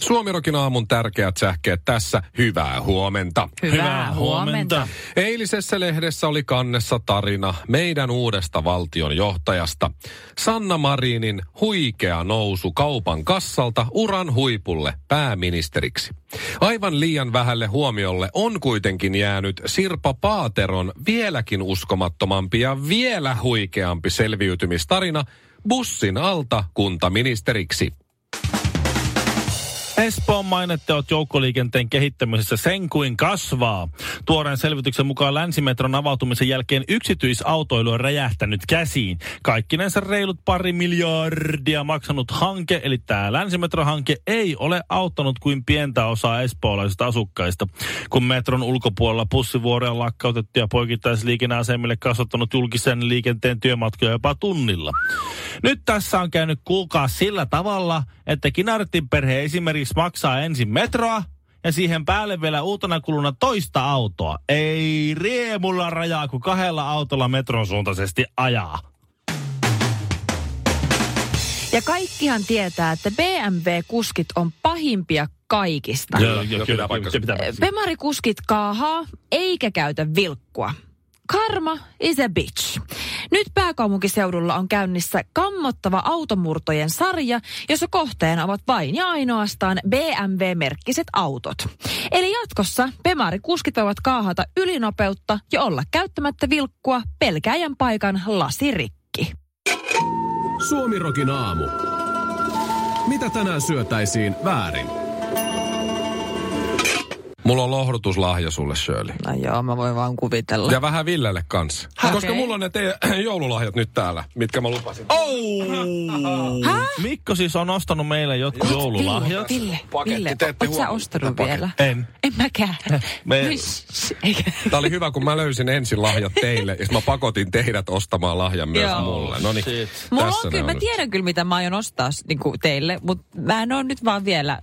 Suomirokin aamun tärkeät sähkeet tässä. Hyvää huomenta. Hyvää huomenta. Eilisessä lehdessä oli kannessa tarina meidän uudesta valtion johtajasta. Sanna Marinin huikea nousu kaupan kassalta uran huipulle pääministeriksi. Aivan liian vähälle huomiolle on kuitenkin jäänyt Sirpa Paateron vieläkin uskomattomampi ja vielä huikeampi selviytymistarina bussin alta kuntaministeriksi. Espoon mainetteot joukkoliikenteen kehittämisessä sen kuin kasvaa. Tuoreen selvityksen mukaan länsimetron avautumisen jälkeen yksityisautoilu on räjähtänyt käsiin. Kaikkinensa reilut pari miljardia maksanut hanke, eli tämä länsimetrohanke ei ole auttanut kuin pientä osaa espoolaisista asukkaista. Kun metron ulkopuolella pussivuoroja lakkautettu ja poikittaisliikenneasemille kasvattanut julkisen liikenteen työmatkoja jopa tunnilla. Nyt tässä on käynyt kuulkaa sillä tavalla, että Kinartin perhe esimerkiksi maksaa ensin metroa ja siihen päälle vielä uutena kuluna toista autoa. Ei riemulla rajaa, kun kahdella autolla metron suuntaisesti ajaa. Ja kaikkihan tietää, että BMW-kuskit on pahimpia kaikista. Joo, joo, kyllä, se pitää paikkansa. Pemarikuskit kaahaa eikä käytä vilkkua. Karma is a bitch. Nyt pääkaupunkiseudulla on käynnissä kammottava automurtojen sarja, jossa kohteena ovat vain ja ainoastaan BMW-merkkiset autot. Eli jatkossa pemarikuskit voivat kaahata ylinopeutta ja olla käyttämättä vilkkua pelkäjän paikan lasirikki. Suomirokin aamu. Mitä tänään syötäisiin väärin? Mulla on lohdutuslahja sulle, Shirley. No joo, mä voin vaan kuvitella. Ja vähän Villelle kanssa. Okay. Okei. Koska mulla on ne teidän joululahjat nyt täällä, mitkä mä lupasin. Mikko siis on ostanut meille jotkut joululahjat. Ville, Paketti, Ville, te ette oot sä huomaa. ostanut Paketti. vielä? En. En mäkään. Me- Hyss, eikä- Tää oli hyvä, kun mä löysin ensin lahjat teille, ja sit mä pakotin teidät ostamaan lahjan myös Joo. mulle. No niin, Shit. Mulla tässä ne on kyllä, mä nyt. tiedän kyllä mitä mä aion ostaa niin kuin teille, mutta mä en ole nyt vaan vielä,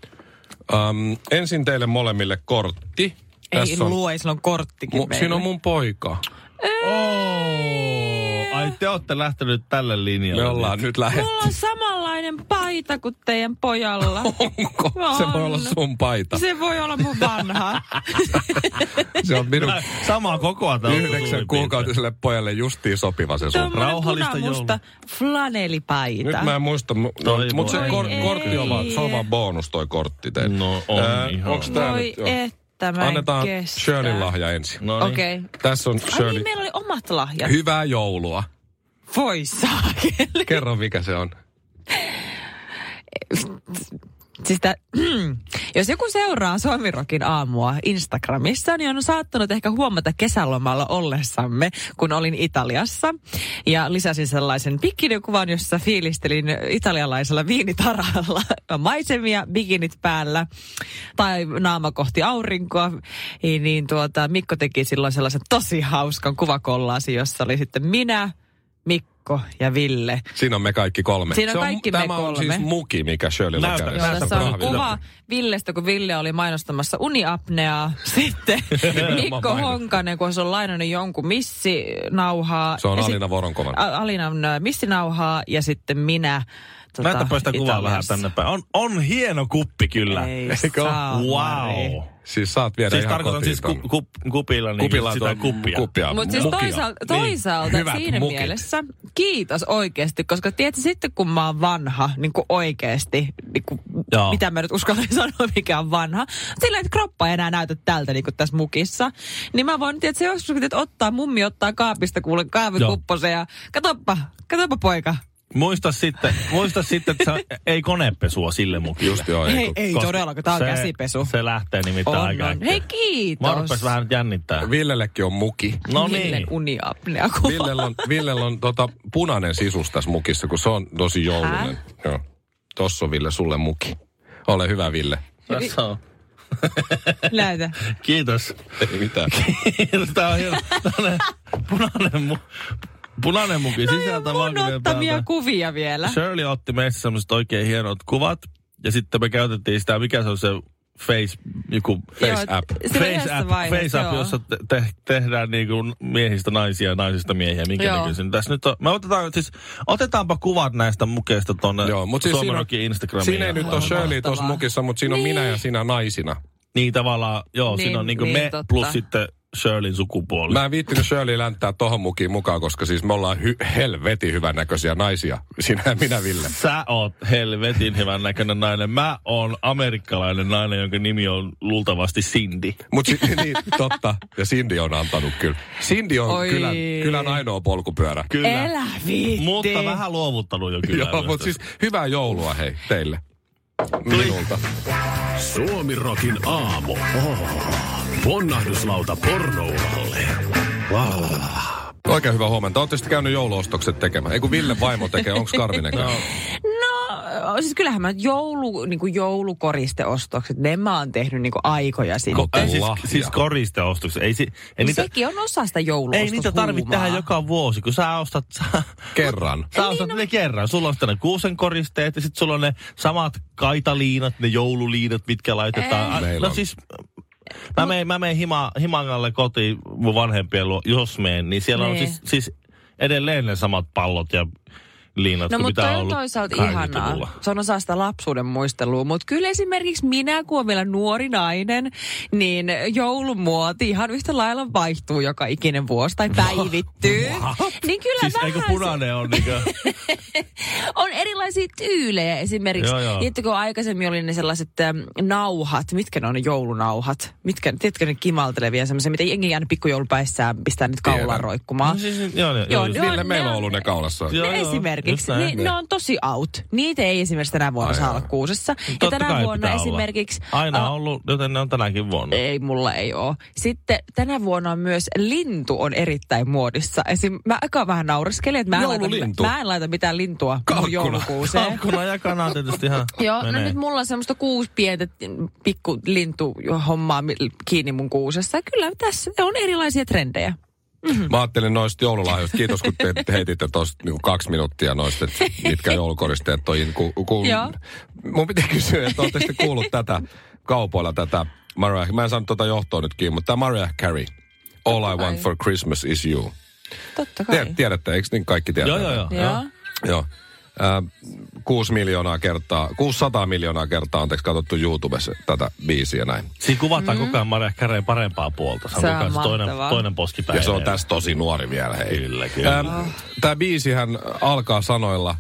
Öm, ensin teille molemmille kortti. ei Tässä on, luo, ei sillä on korttikin mu, siinä on mun poika. Oh, ai te olette lähtenyt tälle linjalle. Me ollaan nyt lähetty. Mulla on samanlainen paita kuin teidän pojalla. Onko? Se voi olla sun paita. Se voi olla mun vanha. Se on minun Samaa kokoa tää on yhdeksän suurin piirtein. kuukautiselle pojalle justiin sopiva se sun. Tuommoinen Rauhallista punamusta Nyt flanelipaita. mä en muista, mu- no, Toi mutta se voi kor- ei. kortti on vaan, se on vaan bonus toi kortti teille. No on Ää, ihan. Onks tää Voi nyt? Joo. että mä en Annetaan kestä. Shirleyn lahja ensin. No niin. Okei. Okay. Tässä on Ai Shirley. niin, meillä oli omat lahjat. Hyvää joulua. Voi saakeli. Kerro mikä se on. Siis tää, jos joku seuraa Suomirokin aamua Instagramissa, niin on saattanut ehkä huomata kesälomalla ollessamme, kun olin Italiassa. Ja lisäsin sellaisen bikini-kuvan, jossa fiilistelin italialaisella viinitaralla maisemia, bikinit päällä tai naama kohti aurinkoa. Niin tuota, Mikko teki silloin sellaisen tosi hauskan kuvakollaasi, jossa oli sitten minä, Mikko ja Ville. Siinä on me kaikki kolme. Siinä on se kaikki me tämä on kolme. siis muki, mikä Shirleyllä on Näytä, kädessä. Joo, Näistä tässä on Kahvilla. kuva Villestä, kun Ville oli mainostamassa uniapneaa. Sitten Mikko mainos. Honkanen, kun se on lainannut jonkun missinauhaa. Se on Ja sit- Alina Voronkovan. A- Alinan ö, missinauhaa ja sitten minä. Tota, Laitapa sitä kuvaa vähän Italiassa. tänne päin. On, on hieno kuppi kyllä. Ei Eikö ole? saa, Mari. Wow. Siis saat viedä Siis ihan tarkoitan kotiin siis ku, ton. ku, kupilla, niin Kupilla sitä tuon kuppia. kuppia. Mutta siis Mukina. toisaalta, Niin. toisaalta Hyvät siinä mukit. mielessä kiitos oikeasti, koska tiedätkö sitten kun mä oon vanha, niin kuin oikeasti, niin kuin, Joo. mitä mä nyt uskallan sanoa, mikä on vanha, sillä että kroppa ei enää näytä tältä niin kuin tässä mukissa, niin mä voin, tiedätkö, joskus kun tiedät, ottaa, mummi ottaa kaapista kuule kaavikupposen ja katoppa, katoppa poika. Muista sitten, muista sitten, että sä, ei konepesua sille mukille. Just joo, ei, Hei, kun- ei Koska todellakaan, tää on se- käsipesu. Se lähtee nimittäin On, aika on. äkkiä. Hei kiitos. Mä rupes vähän nyt jännittää. Villellekin on muki. No Villen niin. uniapnea kuva. Villellä on, Villellä on tota, punainen sisus tässä mukissa, kun se on tosi joulunen. Joo. Tossa on Ville sulle muki. Ole hyvä Ville. Tässä on. Näytä. Kiitos. Ei mitään. Tämä on hieno. Tällainen punainen, mu- punainen muki sisältä Mun valkoinen No ottamia päältä. kuvia vielä. Shirley otti meissä semmoiset oikein hienot kuvat. Ja sitten me käytettiin sitä, mikä se on se face, joku Face Joo, app. siinä Face yhdessä app, vaiheessa, face app joo. jossa te- te- tehdään niin kuin miehistä naisia ja naisista miehiä, minkä Joo. näköisin. Tässä nyt on, me otetaan, siis, otetaanpa kuvat näistä mukeista tuonne Joo, mut siis siinä, on- Suomenokin Instagramiin. siinä ei nyt ole Shirley Mahtavaa. tuossa mukissa, mutta siinä on minä ja sinä naisina. Niin tavallaan, joo, niin, siinä on niin Niin, kuin niin, me totta. plus sitten Shirleyn sukupuoli. Mä en viittinyt Shirley länttää tohon mukiin mukaan, koska siis me ollaan hy- helvetin hyvännäköisiä naisia. Sinä ja minä, Ville. Sä oot helvetin hyvän näköinen nainen. Mä oon amerikkalainen nainen, jonka nimi on luultavasti Cindy. Mut si- niin, totta. Ja Cindy on antanut kyllä. Cindy on Oi. kylän, kylän ainoa polkupyörä. Kyllä. Elä viitti. Mutta vähän luovuttanut jo kyllä. Joo, mutta siis hyvää joulua hei teille. Minulta. Suomirokin aamu. Ponnahduslauta pornouralle. Oikein hyvää huomenta. Olette sitten käynyt jouluostokset tekemään. Ei kun Ville vaimo tekee, onko Karvinen käynyt? No, siis kyllähän mä joulu, niin kuin joulukoristeostokset, ne mä oon tehnyt niin kuin aikoja sitten. Ko- äh, siis, Lahja. siis koristeostokset. Ei, si, ei Niin niitä, Sekin on osa sitä jouluostosta ei niitä tarvitse tehdä joka vuosi, kun sä ostat, sä, Kerran. sä niin, ostat no- ne kerran. Sulla on sitten ne kuusen koristeet ja sitten sulla on ne samat kaitaliinat, ne joululiinat, mitkä laitetaan. Ei. Ei. Meillä No on- siis, mä menen, mä menen hima, Himangalle kotiin mun vanhempien luo, jos meen, niin siellä on Niin. siis, siis edelleen ne samat pallot ja liinat, No kuin mitä mutta toi on on ollut toisaalta 80-luvulla. ihanaa. Se on osa sitä lapsuuden muistelua. Mutta kyllä esimerkiksi minä, kun olen vielä nuori nainen, niin joulumuoti ihan yhtä lailla vaihtuu joka ikinen vuosi tai päivittyy. niin kyllä Siis vähän eikö se- punainen on niinkö? on erilaisia tyylejä esimerkiksi. Joo, joo. Tiedättekö, kun aikaisemmin oli ne sellaiset äm, nauhat, mitkä ne on ne joulunauhat? Mitkä, tiedätkö ne kimaltelevia semmoisia, mitä jengi aina pikkujoulupäissään pistää nyt kaulaan Tiedän. roikkumaan? No siis, joo, joo, joo, Joo, just- ne Ville, meillä on on- ollut ne kaulassa. Joo, No joo, just esimerkiksi. näin. Ni, ne on tosi out. Niitä ei esimerkiksi tänä vuonna Ai saa joo. olla kuusessa. Ja Totta tänä kai vuonna pitää olla. esimerkiksi... Aina äh, on ollut, joten ne on tänäänkin vuonna. Ei, mulla ei ole. Sitten tänä vuonna on myös lintu on erittäin muodissa. Esim. mä aika vähän naureskelin, että mä en, laita, Joululintu. mä en laita mitään lintua Kalkkuna. joulukuuseen. Kalkkuna ja kana tietysti ihan Joo, menee. no nyt mulla on semmoista kuusi pientä pikku lintuhommaa mi- kiinni mun kuusessa. Kyllä tässä on erilaisia trendejä. Mä ajattelin noista joululahjoista. Kiitos, kun te heititte tuosta niinku kaksi minuuttia noista, että mitkä joulukoristeet toi. Ku, ku, Joo. mun piti kysyä, että ootteko te kuullut tätä kaupoilla tätä Mariah, mä en saanut tuota johtoa nyt kiinni, mutta tämä Mariah Carey. All I want for Christmas is you. Totta kai. Tiedät, tiedätte, eikö niin kaikki tietää? Joo, joo, joo. Joo. Joo. Äh, 6 miljoonaa kertaa, 600 miljoonaa kertaa, anteeksi, katsottu YouTubessa tätä biisiä näin. Siinä kuvataan koko ajan Maria Käreen parempaa puolta. Se on, Mm. Se koko ajan on se toinen, mahtavaa. toinen poski Ja se on päivänä. tässä tosi nuori vielä, hei. Kyllä, kyllä. Tämä biisihän alkaa sanoilla,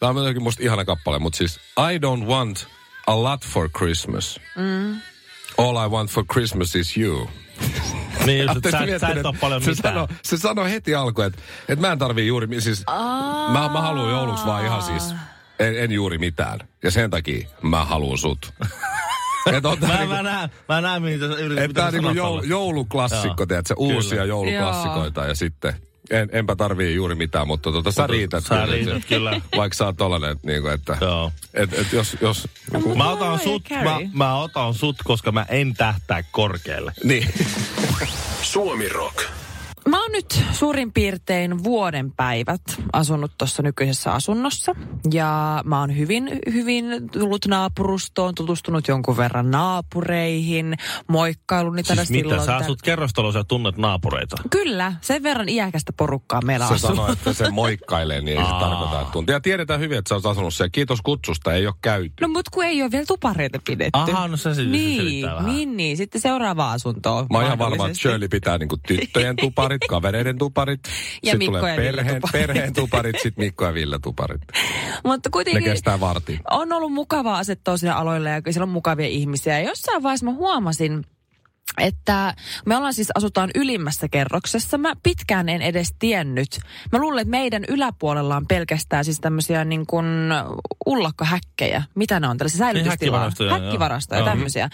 tämä on jotenkin musta ihana kappale, mutta siis I don't want a lot for Christmas. All I want for Christmas is you. Niin just, että Ootteko sä, et- sä miettinyt, et ole paljon se mitään. Sano, se sanoi heti alkuun, että, että mä en tarvii juuri, mi- siis mä, mä haluan jouluksi vaan ihan siis, en, en juuri mitään. Ja sen takia mä haluan sut. Et on tää Mä, niinku- mä, näen, mä näen, mihin sä yrität. Että tämä on mitä niinku sanat joul, olla. jouluklassikko, Joo. tiedätkö, uusia Kyllä. jouluklassikoita ja sitten en, enpä tarvii juuri mitään, mutta tota, sä Mutta riität. sä riität, kyllä. Vaikka sä oot tollanen, että, niinku, että Joo. No, et, et, jos, jos joku, Mä otan, Mariah sut, mä, Carey. mä otan sut, koska mä en tähtää korkealle. niin. Suomirok. Mä oon nyt suurin piirtein vuoden päivät asunut tuossa nykyisessä asunnossa. Ja mä oon hyvin, hyvin tullut naapurustoon, tutustunut jonkun verran naapureihin, moikkaillut niitä Siis aina mitä, silloin sä tällöin. asut kerrostalossa ja tunnet naapureita. Kyllä, sen verran iäkästä porukkaa meillä Se asuu. sanoo, että se moikkailee, niin ei se Aa. tarkoita, että tuntuu. Ja tiedetään hyvin, että sä oot asunut siellä. Kiitos kutsusta, ei ole käyty. No mut kun ei ole vielä tupareita pidetty. Aha, no se sitten niin, selittää vähän. niin, niin, sitten seuraava asunto. Mä oon ihan varma, että Shirley pitää niinku tyttöjen tuparit, kavereiden tuparit. Ja sit Mikko tulee ja Ville perheen, tuparit. perheen tuparit, sit Mikko ja Ville tuparit. Mutta Ne kuitenkin kestää vartin. on ollut mukavaa asettua sinne aloille ja siellä on mukavia ihmisiä. Ja jossain vaiheessa mä huomasin, että me ollaan siis asutaan ylimmässä kerroksessa. Mä pitkään en edes tiennyt. Mä luulen, että meidän yläpuolella on pelkästään siis tämmöisiä niin kuin ullakkohäkkejä. Mitä ne on tällaisia säilytystilaa? Niin, häkkivarastoja, joo. Häkkivarastoja, Joo. tämmöisiä.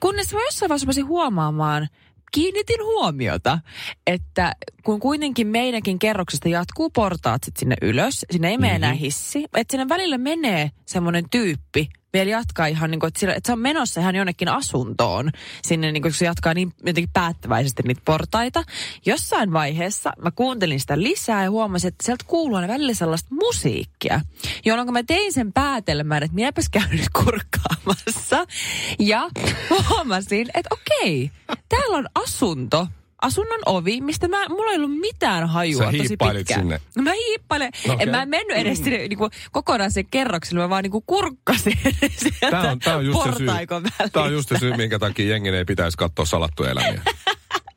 Kunnes mä jossain vaiheessa rupesin huomaamaan, kiinnitin huomiota, että kun kuitenkin meidänkin kerroksesta jatkuu portaat sit sinne ylös, sinne ei mene Mhm. mm-hmm. enää hissi, että sinne välillä menee semmoinen tyyppi, vielä jatkaa ihan niin kuin, että, sillä, että se on menossa ihan jonnekin asuntoon sinne, niin kuin, se jatkaa niin jotenkin päättäväisesti niitä portaita. Jossain vaiheessa mä kuuntelin sitä lisää ja huomasin, että sieltä kuuluu aina välillä sellaista musiikkia, jolloin mä tein sen päätelmän, että minäpäs käyn nyt kurkkaamassa. Ja huomasin, että okei, täällä on asunto, asunnon ovi, mistä mä, mulla ei ollut mitään hajua Sä tosi hiippailit pitkään. sinne. No mä hiippailen. Okay. Okei. Mm. En mä en mennyt edes sinne, niinku, kokonaan sen kerrokselle, mä vaan niinku kurkkasin sieltä Tämä on, tämä on just se syy. portaikon välistä. Tämä on just se syy, minkä takia jengin ei pitäisi katsoa salattuja elämiä.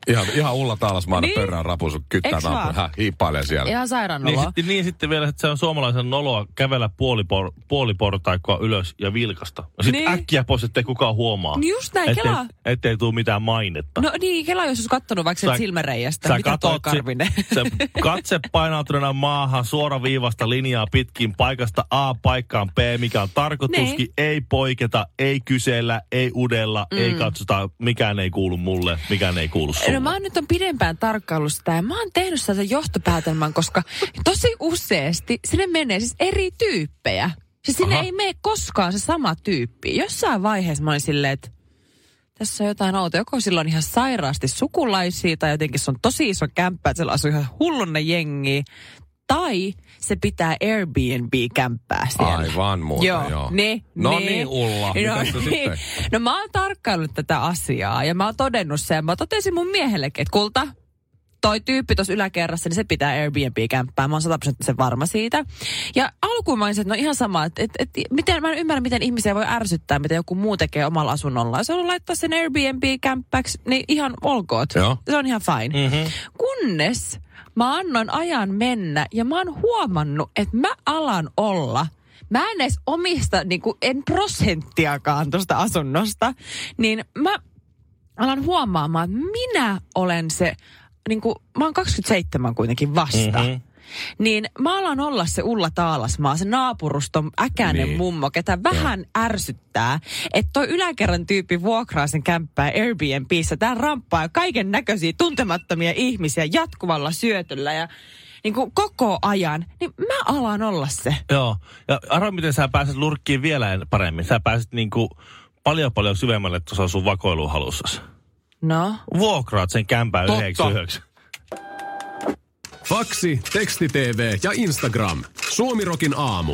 Ihan, ihan Ulla Taalasmaana niin. Niin. pörrään rapusu, kyttää Eiks vaan? napun, hän hiippailee siellä. Ihan sairaan Niin oloa. sitten, niin sitten vielä, että se on suomalaisen noloa kävellä puolipor, puoliportaikkoa ylös ja vilkasta. Ja sitten Niin. niin. äkkiä pois, ettei kukaan huomaa. Niin just näin, ettei, kelaa. Ettei tuu mitään mainetta. No niin, Kela, jos olisi kattonut vaikka Sä- sen silmäreijästä, Sä mitä toi katot Karvinen? sit- se katse painautuneena maahan suoraviivasta linjaa pitkin paikasta A paikkaan B, mikä on tarkoituskin. Niin. Ei poiketa, ei kysellä, ei udella, mm. ei katsota, mikään ei kuulu mulle, mikään ei kuulu sulle. No mä oon nyt on pidempään tarkkaillut sitä ja mä oon tehnyt sieltä johtopäätelmän, koska tosi useasti sinne menee siis eri tyyppejä. Siis sinne Aha. ei mene koskaan se sama tyyppi. Jossain vaiheessa mä olin silleen, että tässä on jotain outoa. Joko sillä on ihan sairaasti sukulaisia tai jotenkin se on tosi iso kämppä, että siellä asuu ihan hullunne jengi. Tai se pitää Airbnb-kämppää siellä. Aivan muuta, joo. joo. Niin, no niin. niin, Ulla, no, mitäs se sitten? no mä oon tarkkaillut tätä asiaa ja mä oon todennut sen. Mä totesin mun miehellekin, että kulta, toi tyyppi tuossa yläkerrassa, niin se pitää Airbnb-kämppää. Mä oon 100 sen varma siitä. Ja alkuun mä olin se, että no ihan sama, että, että, että miten, mä en ymmärrä, miten ihmisiä voi ärsyttää, mitä joku muu tekee omalla asunnollaan. Se on laittaa sen Airbnb-kämppäksi, niin ihan olkoot. Joo. Se on ihan fine. Mm-hmm. Kunnes mä annoin ajan mennä ja mä oon huomannut, että mä alan olla Mä en edes omista, niin kuin, en prosenttiakaan tuosta asunnosta, niin mä alan huomaamaan, että minä olen se, niin kuin, mä oon 27 kuitenkin vasta. Mm-hmm. Mhm. Niin mä alan olla se Ulla Taalasmaa, se naapuruston äkäinen Niin. niin. mummo, ketä vähän ja. ärsyttää, että toi yläkerran tyyppi vuokraa sen kämppää Airbnbissä. Tää ramppaa kaiken näköisiä tuntemattomia ihmisiä jatkuvalla syötöllä ja niin kuin koko ajan. Niin mä alan olla se. Joo. Ja arvo, miten sä pääset lurkkiin vielä en- paremmin. Sä pääset niinku paljon paljon syvemmälle tuossa sun vakoiluhalussasi. No, Vuokraat sen kämpään Totta. 99. Faksi, teksti TV ja Instagram. Suomirokin aamu.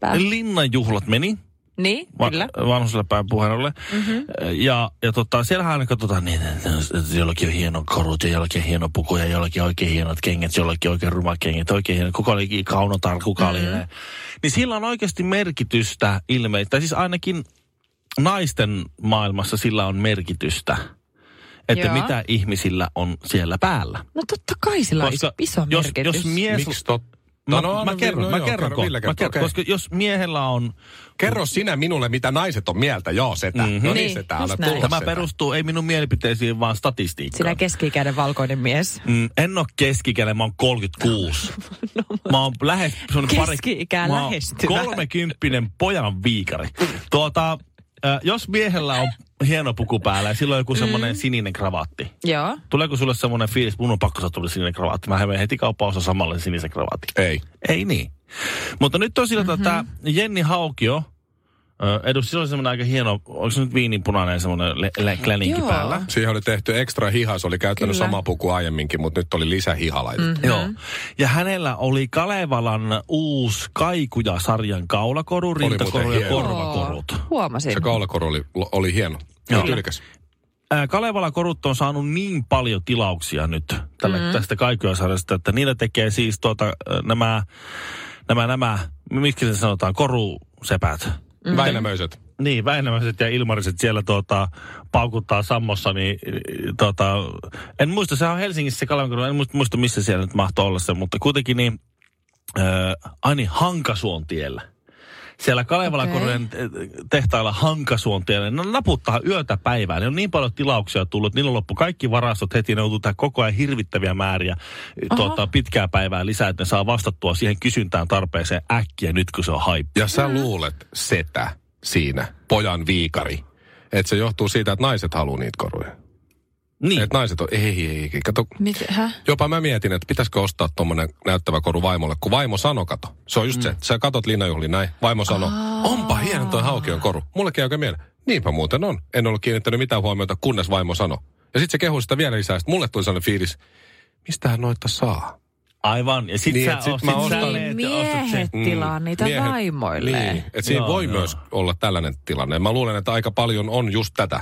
pää. Linnanjuhlat meni. Niin, kyllä. vanhuselle pääpuhelulle. Mm-hmm. Ja, ja tota, siellähän aina katsotaan niin, että että jollakin on hieno korut ja jollakin on hieno puku ja jollakin oikein hienot kengät, jollakin oikein rumat kengät, oikein hieno, kuka oli kaunotar, kuka oli. Mm-hmm. Niin sillä on oikeasti merkitystä ilmeisesti, tai siis ainakin naisten maailmassa sillä on merkitystä, että Joo. mitä ihmisillä on siellä päällä. No totta kai sillä on iso, iso jos, merkitys. jos mies... Miksi totta? Mä, no, mä kerron, mä kerron, kerro, ko- Ville mä kertoo, kerron okei. koska jos miehellä on Mm. kerro sinä minulle, mitä naiset on mieltä. Joo, setä. Mm-hmm. No niin, Niin, setä, just älä näin. tulla Tämä setä. perustuu ei minun mielipiteisiin, vaan Sinä statistiikkaan. keski-ikäinen valkoinen mies. Mm, en ole keskikäinen, mä oon 36. No, Mä oon lähes... sun Keski-ikää mä oon lähestyvä. kolmekymppinen pojan viikari. Tuota, äh, jos miehellä on hieno puku päällä ja sillä on joku semmoinen sininen kravaatti. Joo. Tuleeko sulle semmoinen fiilis, mun on pakko saada tulla sininen kravaatti. Mä menen heti kauppaan osa samalle sinisen kravaatin. Ei. Ei niin. Mutta nyt on sillä mm-hmm. tämä Jenni Haukio, ö, edus, sillä oli semmoinen aika hieno, onko se nyt viininpunainen semmoinen le- le- kläninki Joo. päällä. Siihen oli tehty ekstra hiha, se oli käyttänyt Kyllä. Mm. sama puku aiemminkin, mutta nyt oli lisähiha laitettu. Mm-hmm. Joo. Ja hänellä oli Kalevalan uusi Kaikuja-sarjan kaulakoru, rintakoru muuten ja hieno. korvakorut. Joo, Huomasin. Se kaulakoru oli, oli hieno. Joo. Tyylikäs. Ää, Kalevala-korut on saanut niin paljon tilauksia nyt tälle, mm. tästä Kaikuja-sarjasta, että niillä tekee siis tuota, ö, nämä, nämä, nämä, miksi se sanotaan, korusepät. Mm. Väinämöiset. Niin, Väinämäiset ja Ilmariset siellä tuota, paukuttaa sammossa, niin y- tuota, en muista, se on Helsingissä se Kalvenkorva, en muista, muista missä siellä nyt mahtoi olla se, mutta kuitenkin niin, äh, aini Hankasuon tiellä. Siellä Kalevalakorven okay. tehtailla Hankasuon tiellä, ne naputtaa yötä päivää, ne on niin paljon tilauksia tullut, niillä on loppu kaikki varastot heti, ne joutuu tehdä koko ajan hirvittäviä määriä tuota, pitkää päivää lisää, että ne saa vastattua siihen kysyntään tarpeeseen äkkiä nyt, kun se on hype. Ja Mm. sä luulet setä siinä, pojan viikari. Että se johtuu siitä, että naiset haluaa niitä koruja. Niin. Että naiset on, ei, ei, ei, kato. Mit, hä? Jopa mä mietin, että pitäisikö ostaa tuommoinen näyttävä koru vaimolle, kun vaimo sano kato. Se on just mm. se, että sä katot linnajuhli näin, vaimo sano, onpa hieno toi haukion koru. Mullekin oikein mieleen. Niinpä muuten on. En ollut kiinnittänyt mitään huomiota, kunnes vaimo sano. Ja sitten se kehui sitä vielä lisää, että mulle tuli sellainen fiilis, mistähän noita saa? Aivan. Ja sit Niin, niin, sä, et sit sit mä sit sä ostan- leet- ostat Mm. sen. Miehet tilaa niitä Mm. miehet- vaimoilleen. Niin, että siinä Joo, voi joo. myös olla tällainen tilanne. Mä luulen, että aika paljon on just tätä,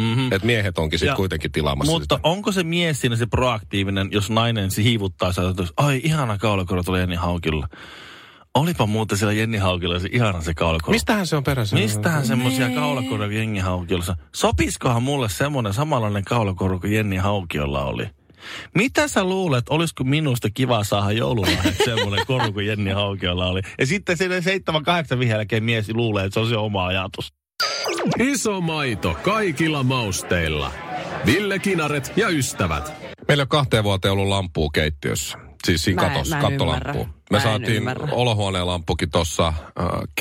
Mhm. että miehet onkin sitten Ja- kuitenkin tilaamassa Mutta sitä. onko se mies siinä se proaktiivinen, jos nainen se hiivuttaa sitä, että ai ihana kaulakoro tuli Jenni Haukilla. Olipa muuten siellä Jenni Haukilla se ihana se kaulakoro. Mistähän se on peräisin? Mistähän semmoisia kaulakoroja kuin Jenni Haukiolla? Sopiskohan mulle semmoinen samanlainen kaulakoru kuin Jenni Haukiolla oli? Mitä sä luulet, olisiko minusta kiva saada joululahjaksi semmoinen koru kuin Jenni Haukiolla oli? Ja sitten siinä seitsemän, kahdeksan vihjän jälkeen mies luulee, että se on se oma ajatus. Iso maito kaikilla mausteilla. Ville Kinaret ja ystävät. Meillä on kahteen vuoteen ollut lamppua keittiössä. Siis siinä Mä en- katos, mä en kattolamppu. ymmärrä. Me Mä en saatiin ymmärrä. olohuoneen lamppukin tuossa äh,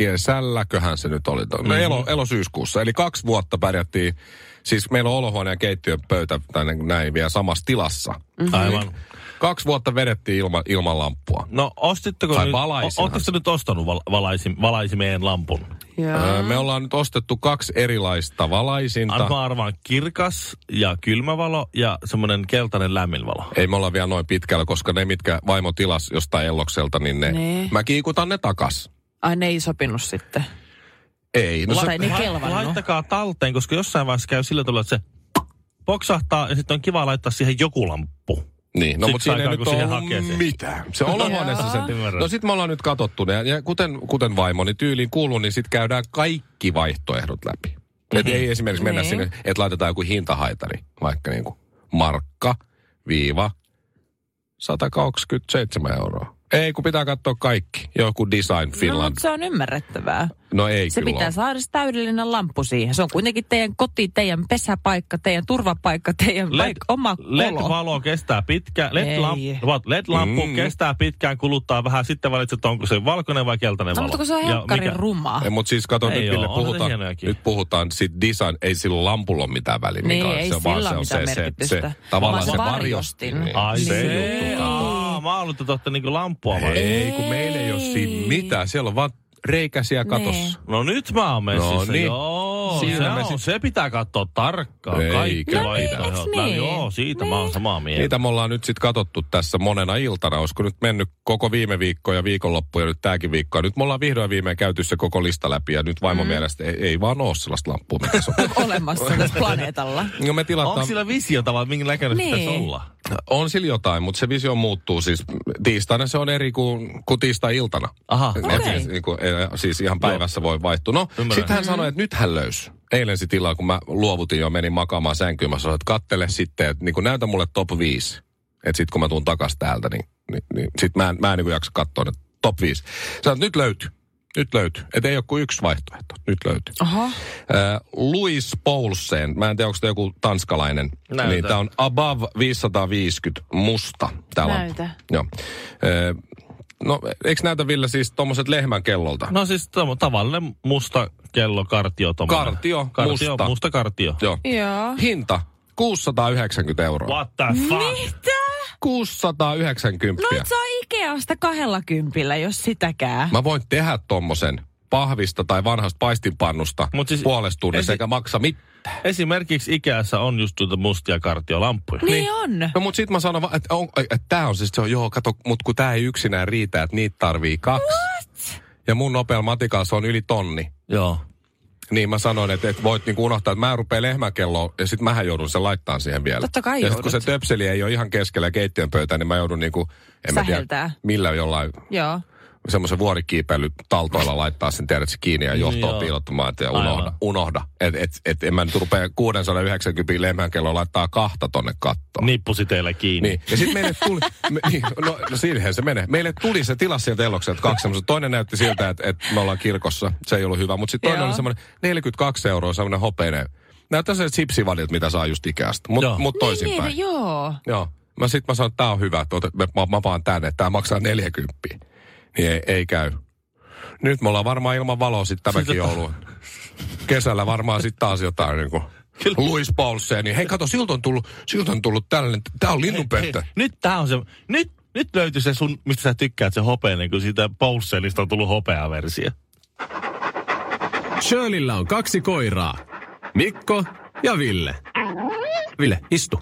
kesälläköhän se nyt oli. Mm-hmm. Mhm. Elo, elosyyskuussa. Eli kaksi vuotta pärjättiin. Siis meillä on olohuone ja keittiön pöytä tänne näin vielä samassa tilassa. Mm. Aivan. Kaksi vuotta vedettiin ilma, ilman lamppua. No ostitteko Tai nyt, valaisinhan o- ootteko nyt ostanut val- valaisim, valaisimeen lampun? Joo. Öö, me ollaan nyt ostettu kaksi erilaista valaisinta. Anna mä arvaan kirkas ja kylmä valo ja semmoinen keltainen lämmin valo. Ei me olla vielä noin pitkällä, koska ne, mitkä vaimo tilas jostain Ellokselta, niin ne... Niin. Mä kiikutan ne takas. Ai ne ei sopinut sitten. Ei. No se, Tai ne Niin kelvannut. Laittakaa talteen, koska jossain vaiheessa käy sillä tavalla, että se poksahtaa ja sitten on kiva laittaa siihen joku lamppu. Niin, no Siksi mutta siinä ei aikaa, nyt kun siihen ole hakee ollut sen. mitään. Se olohuoneessa sen. Ymmärrän. No sit me ollaan nyt katsottu ne. Ja kuten, kuten vaimoni tyyliin kuuluu, niin sit käydään kaikki vaihtoehdot läpi. Et ei esimerkiksi mennä Niin. sinne, että laitetaan joku hintahaitari, vaikka niinku markka, viiva, 127 euroa. Ei, kun pitää katsoa kaikki. Joku Design No, Finland. mutta se on ymmärrettävää. No ei Se kyllä pitää ole. saada se täydellinen lamppu siihen. Se on kuitenkin teidän koti, teidän pesäpaikka, teidän turvapaikka, teidän Led- paik- oma kolo. LED-valo kestää pitkään, LED, Ei. lamp, LED-lamppu Mm. mm. kestää pitkään, kuluttaa vähän, sitten valitset, onko se valkoinen vai keltainen No, valo. mutta kun se on Ja helkkarin mikä- rumaa. Ei, mutta siis kato, Ah. Ei nyt, oo, Ville, on niitä puhutaan, hienojakin. nyt puhutaan sit design, ei sillä lampulla ole mitään väliä. Niin, mikä on ei se, vaan sillä se on ole se, mitään se, se, merkitystä. tavallaan Vaan se se varjostin. varjostin. Ai Niin. se Niin. juttu. Aa, Mä luulen, että te ootte niinku lampua vai? Ei, kun meillä ei ole Niin. siinä mitään. Siellä on vaan reikäsiä katossa. No nyt mä oon messissä. No niin. Joo, Siinä se, me on, sit- se pitää katsoa tarkkaan. Ei, Kaikki kyllä no eiks No, niin? joo, siitä mä oon samaa mieltä. Niitä me ollaan nyt sitten katsottu tässä monena iltana. Olisiko nyt mennyt koko viime viikko ja viikonloppu ja nyt tämäkin viikko. Ja nyt me ollaan vihdoin viimein käyty se koko lista läpi ja nyt vaimon mm. mielestä ei, ei vaan ole sellaista lamppua, mikä se on. olemassa tässä planeetalla. No me tilataan... Onko sillä visiota vai minkä näköinen Niin. pitäisi olla? On sillä jotain, mutta se visio muuttuu siis. Tiistaina se on eri kuin, kuin tiistai-iltana. Aha, Et okei. Siis, niin kuin, siis ihan päivässä voi vaihtua. No, Ymmärrän. sitten hän sanoi, että nyt hän löysi. Eilen se tilaa, kun mä luovutin jo, menin makaamaan sänkyyn. Mä sanoin, että kattele sitten, että niin kuin näytä mulle top 5. Että sitten kun mä tuun takas täältä, niin, niin, niin sit mä en, mä en niin kuin jaksa katsoa, että top 5. Sanoit, että nyt löytyy. Nyt löytyy. Että ei ole kuin yksi vaihtoehto. Nyt löytyy. Oho. Äh, Louis Poulsen, mä en tiedä onko tämä joku tanskalainen, Näytä. niin tämä on Above 550 musta. Tää Näytä. Joo. Äh, no eikö näytä Ville siis tommoset lehmän kellolta? No siis tommo- tavallinen musta kello, kartio tommonen. Kartio, kartio musta. musta. musta kartio. Joo. Joo. Hinta 690 euroa. What the Niin. fuck? Mitä? 690. No et saa Ikeasta kahdella kympillä, jos sitäkään. Mä voin tehdä tommosen pahvista tai vanhasta paistinpannusta Mut siis, siis- puolesta tunnissa, esi- eikä maksa mitään. Esimerkiksi Ikeassa on just tuota mustia kartiolamppuja. niin, on. No mut sit mä sanon vaan, että on, että tää on siis se, on, joo kato, mut kun tää ei yksinään riitä, että niitä tarvii kaksi. What? Ja mun nopealla matikalla se on yli tonni. Joo. Niin mä sanoin, että, että voit niinku unohtaa, että mä rupean lehmäkelloon ja sit mähän joudun sen laittaa siihen vielä. Totta kai Ja sit kun se joudut. töpseli ei ole ihan keskellä keittiön pöytää, niin mä joudun niinku, en mä tiedä, Säheltää. millä jollain Joo. semmoisen vuorikiipeily taltoilla laittaa sen tiedätkö kiinni ja johtoon joo. piilottamaan, että Aivan. unohda, unohda. Että et, et, en mä nyt rupea 690 lehmänkelloa laittaa kahta tonne kattoon. Nippusiteillä kiinni. Niin. Ja sitten meille tuli, me, niin, no, no siinähän se menee. Meille tuli se tilas sieltä elokselta kaksi semmoista. Toinen näytti siltä, että, että me ollaan kirkossa. Se ei ollut hyvä. Mutta sitten toinen Joo. oli semmoinen 42 euroa, semmoinen hopeinen. Näyttää se sipsivadilta, mitä saa just Ikeasta. Mutta Joo. mut Niin, toisinpäin. niin, joo. Joo. Mä sit mä sanon, että tää on hyvä, että ota- mä, mä, mä vaan tänne, että tää maksaa 40. Niin ei, ei käy. Nyt me ollaan varmaan ilman valoa sit tämäkin Siis joulu. Kesällä varmaan sit taas jotain niinku Kyllä. Louis Paulseni. Hei, kato, siltä on tullut, siltä on tullut tällainen, tää on linnunpöntö. Hei, Nyt tää on se, nyt, nyt löytyy se sun, mistä sä tykkäät, se hopeinen, kun siitä Paulselista on tullut hopeaversio. Shirleyllä on kaksi koiraa. Mikko ja Ville. Ville, istu.